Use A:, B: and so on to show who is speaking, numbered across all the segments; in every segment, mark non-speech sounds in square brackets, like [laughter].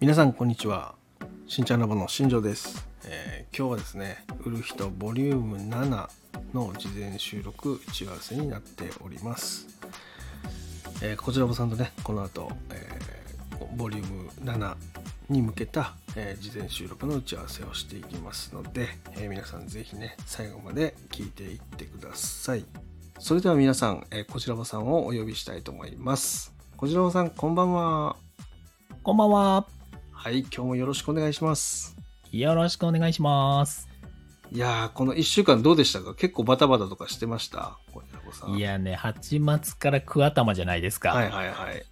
A: 皆さんこんにちはしんちゃんラボの新庄です、えー今日はですね「売る人ボリューム7の事前収録打ち合わせになっております、えーこちらぼさんとねこの後、えーボリューム7に向けた、えー事前収録の打ち合わせをしていきますので、えー皆さんぜひね最後まで聞いていってくださいそれでは皆さん、えーこちらぼさんをお呼びしたいと思いますこちらぼさんこんばんは
B: こんばんは。
A: はい、今日もよろしくお願いします。
B: よろしくお願いします。
A: いやー、この1週間どうでしたか結構バタバタとかしてました小平子さん。
B: いやね、8月から9頭じゃないですか。
A: はいはいはい。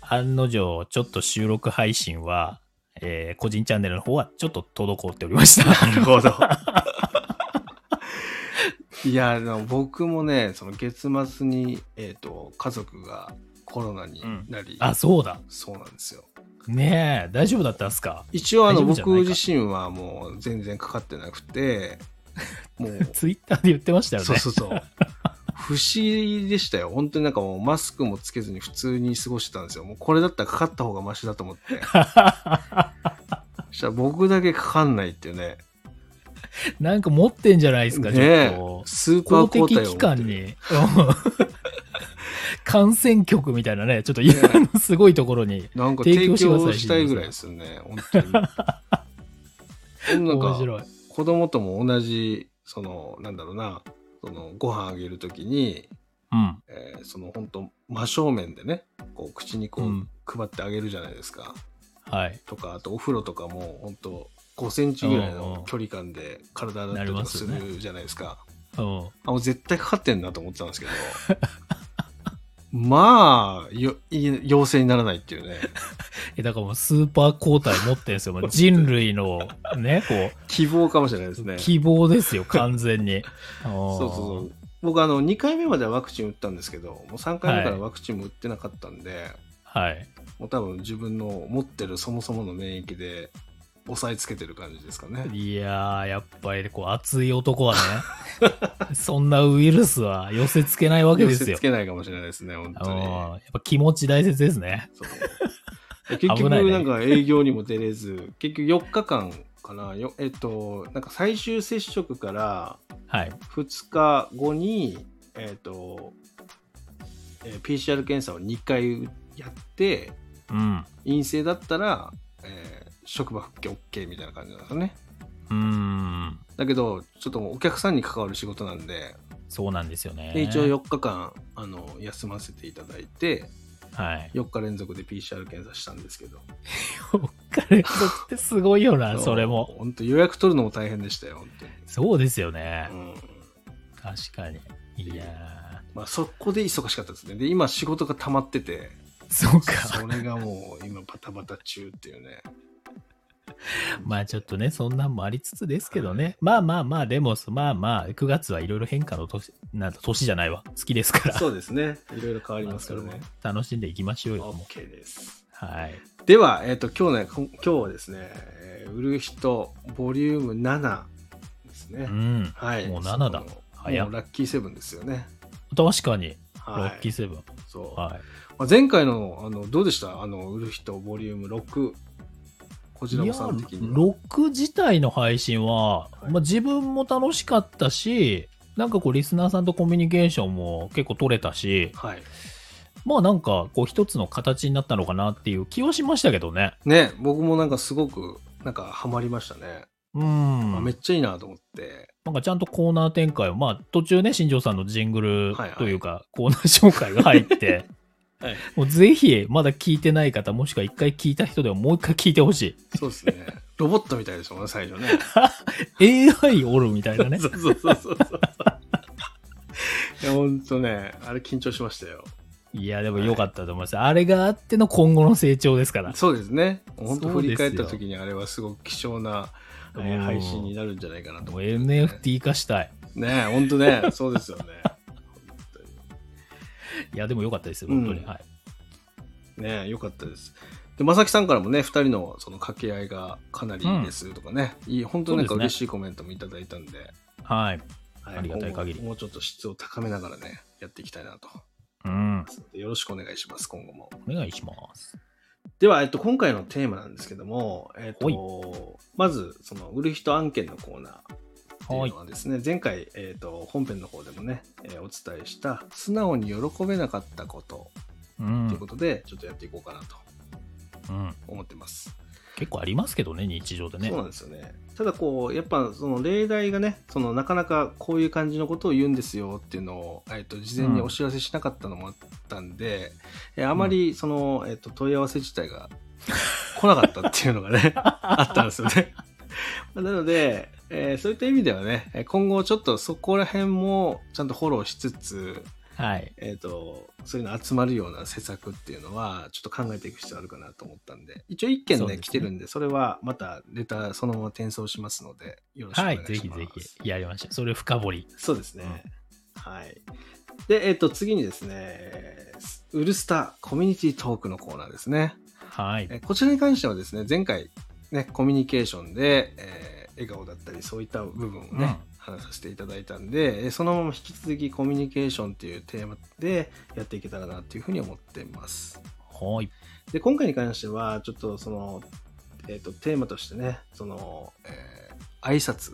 B: 案の定、ちょっと収録配信は、えー個人チャンネルの方はちょっと滞っておりました。
A: [laughs] なるほど。いやー、でも僕もね、その月末に、えっ、と、家族がコロナになり、
B: あ、そうだ。
A: そうなんですよ。
B: ねえ、大丈夫だったんすか
A: 一応、あの、
B: 大丈夫じゃ
A: 僕
B: ないか
A: 自身はもう全然かかってなくて、もう、
B: ツイッターで言ってましたよね。
A: そうそうそう。不思議でしたよ。本当になんかもうマスクもつけずに普通に過ごしてたんですよ。もうこれだったらかかった方がマシだと
B: [laughs]
A: 思って。そしたら僕だけかかんないっていうね。
B: なんか持ってんじゃないですか、
A: ね
B: ちょっと。
A: スーパー
B: 公
A: 抗
B: 的
A: 体を持
B: 機
A: って
B: 関
A: る。
B: に。うん [laughs] 感染局みたいなね、ちょっといろんなすごいところに。
A: なんか提
B: 提供してくださ
A: 供
B: い
A: したいぐらいですよね。本当に。でも
B: 面
A: なんか
B: 白い。
A: 子供とも同じ、その、なんだろうな、そのご飯あげるときに、
B: うん。
A: えーその本当真正面でね、こう口にこ
B: う
A: うん配ってあげるじゃないですか。
B: はい。
A: とかあとお風呂とかも本当5センチぐらいの距離感で体洗ったりとかす
B: なります
A: るじゃないですか
B: うん。
A: あもう絶対かかってんなと思ってたんですけど [laughs] まあよい陽性にならないっていうね
B: え、だからもうスーパー抗体持ってるんですよ。もう人類の、ね、こ
A: 希望かもしれないです
B: う、
A: ねそう
B: 希望ですよ、完全に。
A: [laughs] そうそう僕あの2回目まではワクチン打ったんですけどもう3回目からワクチンも打ってなかったんで、
B: はい。
A: もう多分自分の持ってるそもそもの免疫で押さえつけてる感じですかね
B: いやー、やっぱり、こう、熱い男はね、 [laughs] そんなウイルスは寄せ付けないわけ
A: 寄
B: です
A: せ
B: よ
A: つ。けないかもしれないですね本
B: あ
A: 当
B: の
A: に
B: ーやっぱ気持ち大切ですね。
A: そう結
B: 危
A: 局
B: ないね
A: なんか営業にも出れず結局4日間かなよえっとなんか最終接触から
B: はい。
A: 2日後にえっと、えー PCR 検査を2回やって
B: うん。
A: 陰性だったら、えー職場復帰 OK みたいな感じなんですよね
B: うーん。
A: だけどちょっともうお客さんに関わる仕事なんで
B: そうなんですよね。
A: で一応4日間あの休ませていただいて
B: はい。
A: 4日連続で PCR 検査したんですけど
B: お金とってすごいよな、それも。
A: 本当予約取るのも大変でしたよ本当に
B: そうですよね
A: う。ん
B: 確かに。いや
A: まあ、そこで忙しかったですね。で、今仕事が溜まって
B: [laughs]
A: て、
B: ー、そうか。
A: それがもう今バタバタ中っていうね。
B: まあちょっとね、そんなんもありつつですけどね。まあまあまあ、でも、まあまあ、9月はいろいろ変化の年、なんだ年じゃないわ。月ですから。
A: そうですね。いろいろ変わり
B: ま
A: ま
B: あ
A: すか
B: それ
A: ら
B: も
A: ね。
B: 楽しんでいきましょうよ。もう
A: OK です。
B: はい。
A: では、えっ、と、今日ね、こん今日はですね、えー売る人、ボリューム7ですね。
B: うん。
A: はい。
B: もう7だ
A: その
B: 早っ
A: もうラッキーセブンですよね。
B: 確かに、
A: は
B: ロッキ
A: い
B: ー。セブン。
A: そう。
B: はい。
A: まあ、前回の、あの、どうでしたあの、売る人、ボリューム6。こちらも
B: いや、
A: さん的には。
B: 6自体の配信は、
A: い
B: まあ、自分も楽しかったし、なんかこう、リスナーさんとコミュニケーションも結構取れたし、
A: はい。
B: まあなんか、こう、一つの形になったのかなっていう気はしましたけどね。
A: ね、僕もなんかすごく、なんかハマりましたね。
B: うん。
A: あめっちゃいいなと思って、
B: なんかちゃんとコーナー展開を、まあ途中ね、新庄さんのジングル
A: はいはい
B: というか、コーナー紹介が入って、
A: [laughs] はい
B: もうぜひ、まだ聞いてない方、もしくは一回聞いた人でももう一回聞いてほし
A: そうです
B: [laughs]
A: ねロボットみたいですもんね最初ね
B: い。AI おるみたいなね。
A: そうそうそうそ
B: [laughs]
A: うそういやほんとねあれ緊張しましたよ
B: いや、でも良かったと思います。あれがあっての今後の成長ですから。
A: そうですね本当
B: そう
A: 振
B: で
A: り
B: すよ
A: 返った時にあれはすごく貴重な、えー
B: うん
A: 配信になるんじゃないかなと
B: も
A: 思
B: う
A: ってますね
B: NFT 化したい。
A: ね本当ねそうですよね本
B: いや、でも良かったですよ、本当に。
A: うん
B: はい。
A: 当にねよかったですで正木さんからもね2人のその掛け合いがかなりいいですとかね、いい本当なんか
B: そうで
A: 嬉
B: すね
A: しいコメントもいただいたんで
B: はい。
A: はい
B: ありがたい限り
A: 今後もうちょっと質を高めながらねやっていきたいなと
B: うん。
A: よろしくお願いします、今後も。
B: お願いします。
A: では、えっと、今回のテーマなんですけども、えっ
B: は
A: と、まず、その、売る人案件のコーナーってい
B: は
A: う
B: い
A: の。はですね、前回、えっと、本編の方でもね、えーお伝えした、素直に喜べなかったこと
B: う
A: と
B: ん
A: いうことで、ちょっとやっていこうかなと
B: うん
A: 思ってます。
B: 結構ありますけどね、日常でね
A: そう。なんですよね。ただこう、やっぱその例題がね、そのなかなかこういう感じのことを言うんですよっていうのを、えっと、事前にお知らせしなかったのもあったんで、えあまりその、えっと、問い合わせ自体が [laughs] 来なかったっていうのがね、あったんですよね。なので、えーそういった意味ではね、えー今後ちょっとそこら辺もちゃんとフォローしつつ、
B: はい。
A: えっ、と、そういうの集まるような施策っていうのは、ちょっと考えていく必要あるかなと思ったんで、一応一件
B: そう
A: ね、
B: ですね
A: 来てるんで、それはまたレターそのまま転送しますので、よろしくお
B: は
A: 願いしま
B: い、
A: す。
B: ぜひぜひやりましょう。それを深掘り。
A: そうですね。はい。で、えっ、と、次にですね、えーウルスタコミュニティトークのコーナーですね。
B: はい。
A: えこちらに関してはですね、前回、ね、コミュニケーションで、えー笑顔だったり、そういった部分をね、
B: うん
A: 話させていただいたんで、えーそのまま引き続きコミュニケーションっていうテーマでやっていけたらなっていうふうに思ってます。
B: はい。
A: で、今回に関しては、ちょっとその、えっ、と、テーマとしてね、その、えー挨拶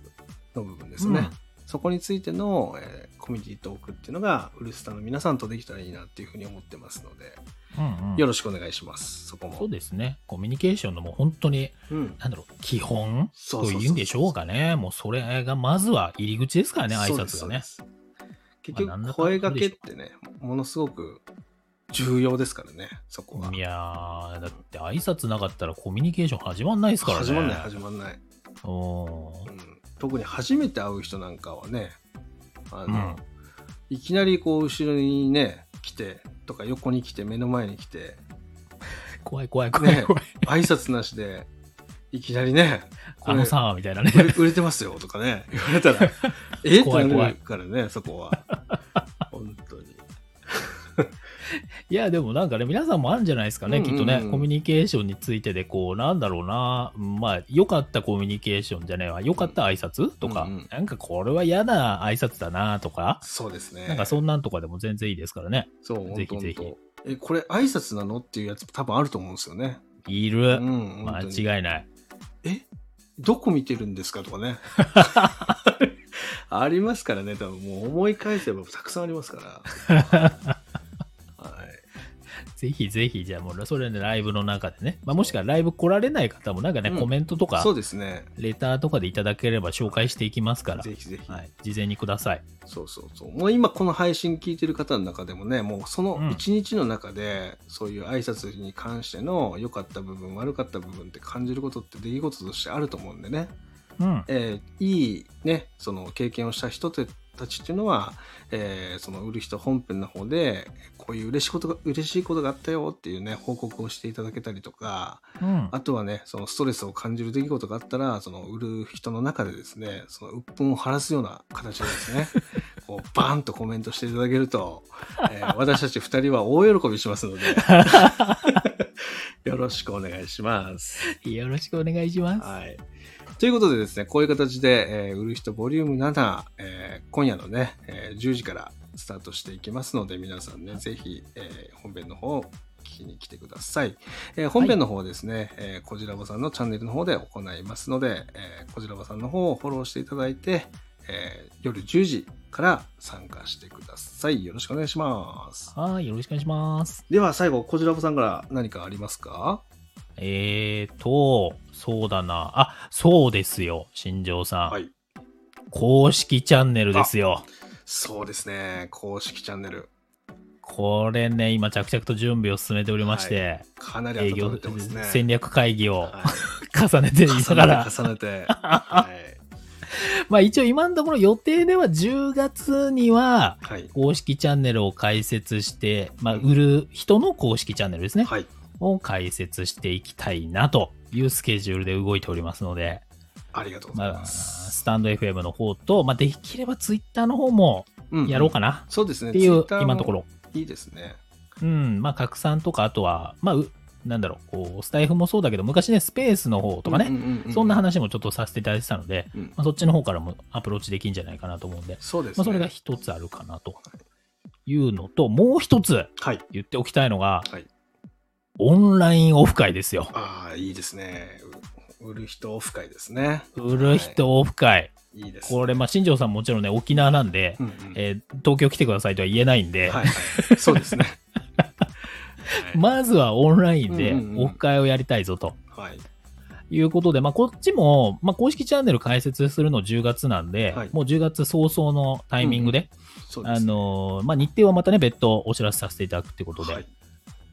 A: の部分ですね。そこについての、えーコミュニティトークっていうのが、ウルスタの皆さんとできたらいいなっていうふうに思ってますので、
B: うん。うんうん
A: よろしくお願いします。そこも。
B: そうですね。コミュニケーションのもう本当に、
A: うん。
B: なんだろう、基本
A: そ
B: というんでしょうかね。もうそれがまずは入り口ですからね、挨拶がね。
A: そうですそうです結
B: まあ
A: 局、
B: なんだかんだ
A: 声掛けってね、ものすごく重要ですからね、そこは。
B: いやー、だって挨拶なかったらコミュニケーション始まんないですからね。
A: 始まんない、始まんない。
B: お
A: う
B: ー
A: ん特に初めて会う人なんかはね、あ
B: う
A: の
B: ん。
A: いきなりこう、後ろにね、来て、とか横に来て、目の前に来て、
B: 怖い怖い怖い怖い。
A: 挨拶なしで、いきなりね、
B: [laughs] あのさ、みたいなね。
A: 売れ売れてますよとかね、言われたら、
B: [laughs]
A: えって
B: 怖い
A: な
B: 怖い
A: るからね、そこは。本当に。
B: いや、でもなんかね、皆さんもあるんじゃないですかね、
A: うんうんうん
B: きっとね。コミュニケーションについてで、こう、なんだろうな、うんまあ、良かったコミュニケーションじゃねえわ、良かった挨拶とか、
A: うんうん
B: なんかこれは嫌な挨拶だなとか、
A: そうですね。
B: なんかそんなんとかでも全然いいですからね。
A: そう、
B: ぜひ
A: 本当
B: ぜひ
A: 本当え、これ挨拶なのっていうやつ多分あると思うんですよね。
B: いうる。
A: ん。
B: 間
A: 本当に
B: 違いない。
A: えどこ見てるんですかとかね。 [laughs] ありますからね、多分もう思い返せばたくさんあります
B: [laughs]
A: から。はい。
B: ぜひぜひ、じゃあもう、それでライブの中でね、まあ、もしくはライブ来られない方も、なんかね、
A: うん
B: コメントとか
A: そ、うですね。
B: レターとかでいただければ紹介していきますから、
A: ぜひぜひ。
B: はい、事前にください。
A: そうそうそう。もう今この配信聞いてる方の中でもね、もうその一日の中で、そういう挨拶に関しての良かった部分、悪かった部分って感じることって出来事としてあると思うんでね。
B: うん。
A: えーいいね、その経験をした人たちっていうのは、えーその売る人本編の方で、こういう嬉しいことが、嬉しいことがあったよっていうね、報告をしていただけたりとか、
B: うん。
A: あとはね、そのストレスを感じる出来事があったら、その売る人の中でですね、その鬱憤を晴らすような形でですね、こうバーンとコメントしていただけると、えー私たち二人は大喜びしますので、よろしくお願いします。
B: よろしくお願いします。
A: はい。ということでですね、こういう形で、えー売る人ボリューム7、えー今夜のね、えー10時からスタートしていきますので、皆さんね、ぜひ、えー本編の方、聞きに来てください。えー本編の方はですね、えーこじらぼさんのチャンネルの方で行いますので、えーこじらぼさんの方をフォローしていただいて、えー夜10時から参加してください。よろしくお願いします。
B: はい、よろしくお願いします。
A: では最後、こじらぼさんから何かありますか
B: えーと、そうだな。あ、そうですよ、新庄さん。
A: はい。
B: 公式チャンネルですよ。
A: そうですね、公式チャンネル。
B: これね、今着々と準備を進めておりまして、
A: かなり
B: 営
A: 温
B: 業
A: めてますね。
B: 戦略会議を
A: は
B: 重ねてい
A: い
B: ながら、
A: 重ねて重ね
B: [laughs]
A: て、はい
B: まあ一応今のところ予定では10月には、
A: はい
B: 公式チャンネルを開設して、まあ
A: うん
B: 売る人の公式チャンネルですね、
A: はい、
B: を開設していきたいなというスケジュールで動いておりますので、
A: ありがとうござい
B: まあ、
A: ます。
B: スタンド FM の方と、まあ、できればツイッターの方も
A: うん
B: やろうかな
A: そうですね。
B: っていう、
A: Twitter も
B: 今のところ。
A: いいですね。
B: うん、まあ、拡散とか、あとは、まあ、うなんだろう、こう、スタイフもそうだけど、昔ね、スペースの方とかね、
A: うううう
B: そんな。話もちょっとさせていただいてたので、
A: うん
B: まあ、そっちの方からもアプローチできんじゃないかなと思うんで、
A: そうですね。
B: まあ、それが一つあるかなというのと、もう一つ
A: はい。
B: 言っておきたいのが、
A: はい
B: オンラインオフ会ですよ。
A: ああ、いいですね。う売る人オフ会ですね。
B: 売る人オフ会。
A: いいですね。
B: これ、まあ、新庄さんもちろんね、沖縄なんで、
A: うんうん
B: えー東京来てくださいとは言えないんで、
A: はいはい。そうです
B: [laughs]
A: ね。はい
B: まずはオンラインで
A: うんうんうん
B: オフ会をやりたいぞと
A: はい。
B: いうことで、まあ、こっちも、まあ、公式チャンネル開設するの10月なんで、
A: はい
B: もう10月早々のタイミングで、
A: そうで
B: あ
A: すね。
B: のーまあ、日程はまたね、別途お知らせさせていただくということで、
A: はい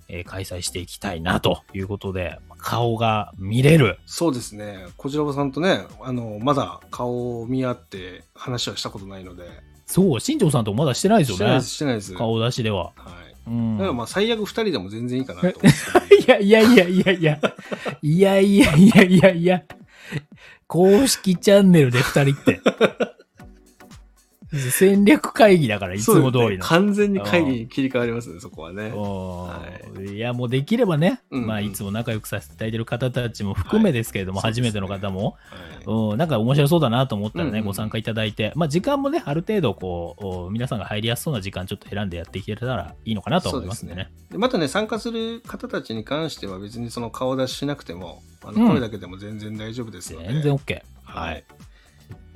B: えー開催していきたいなということで、顔が見れる。
A: そうですね。こちらばさんとね、あの、まだ顔を見合って話はしたことないので。
B: そう、新庄さんともまだしてないです
A: して
B: よ
A: ない
B: ね
A: です、。してないです。
B: 顔出しでは。
A: はい。
B: うん
A: だからまあ、最悪二人でも全然いいかなと思ってたんで。
B: [laughs] いやいやいやいやいや。いやいやいやいやいや。公式チャンネルで二人って。戦略会議だから、いつも通
A: そう
B: り
A: ですね
B: の。
A: 完全に会議に切り替わりますね、そこはね。
B: お
A: は
B: ーい、や、もうできればね、
A: うんうん
B: まあ、いつも仲良くさせていただいてる方たちも含めですけれども、
A: はい
B: 初めての方も、
A: はい
B: うん、なんか面白そうだなと思ったらね、
A: うんうん
B: ご参加いただいて、まあ、時間もね、ある程度、こう、お皆さんが入りやすそうな時間、ちょっと選んでやっていけたらいいのかなと思いますんでね。
A: でまたね、参加する方たちに関しては別にその顔出ししなくても、あ
B: うん
A: の声だけでも全然大丈夫ですので。
B: 全然 OK。
A: はい。よ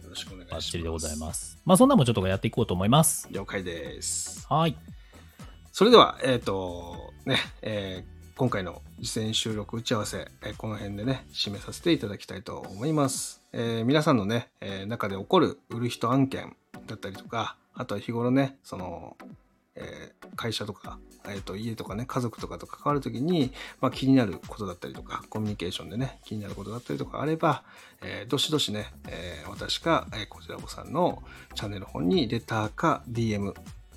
A: ろしくお願いし
B: バ
A: ま
B: ッ
A: す。
B: チリでございます。まあそんなもんちょっとやっていこうと思います。
A: 了解です。
B: はい。
A: それでは、えっ、と、ね、えー今回の事前収録打ち合わせ、えーこの辺でね、締めさせていただきたいと思います。えー皆さんのね、えー中で起こる売る人案件だったりとか、あとは日頃ね、その、えー会社とか、えー、と家とかね、家族とかと関わるときに、まあ、気になることだったりとか、コミュニケーションでね、気になることだったりとかあれば、えーどしどしね、えー私か、えーこちらぼさんのチャンネルの方にレターか DM、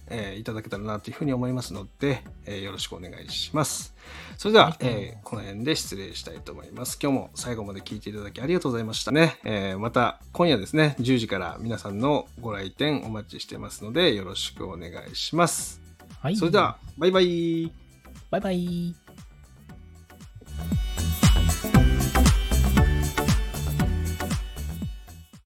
A: えーいただけたらなというふうに思いますので、えーよろしくお願いします。それでは、えーこの辺で失礼したいと思います。今日も最後まで聞いていただきありがとうございましたね。えーまた今夜ですね、10時から皆さんのご来店お待ちしてますので、よろしくお願いします。
B: はい。
A: それでは、バイバイ。
B: バイバイ。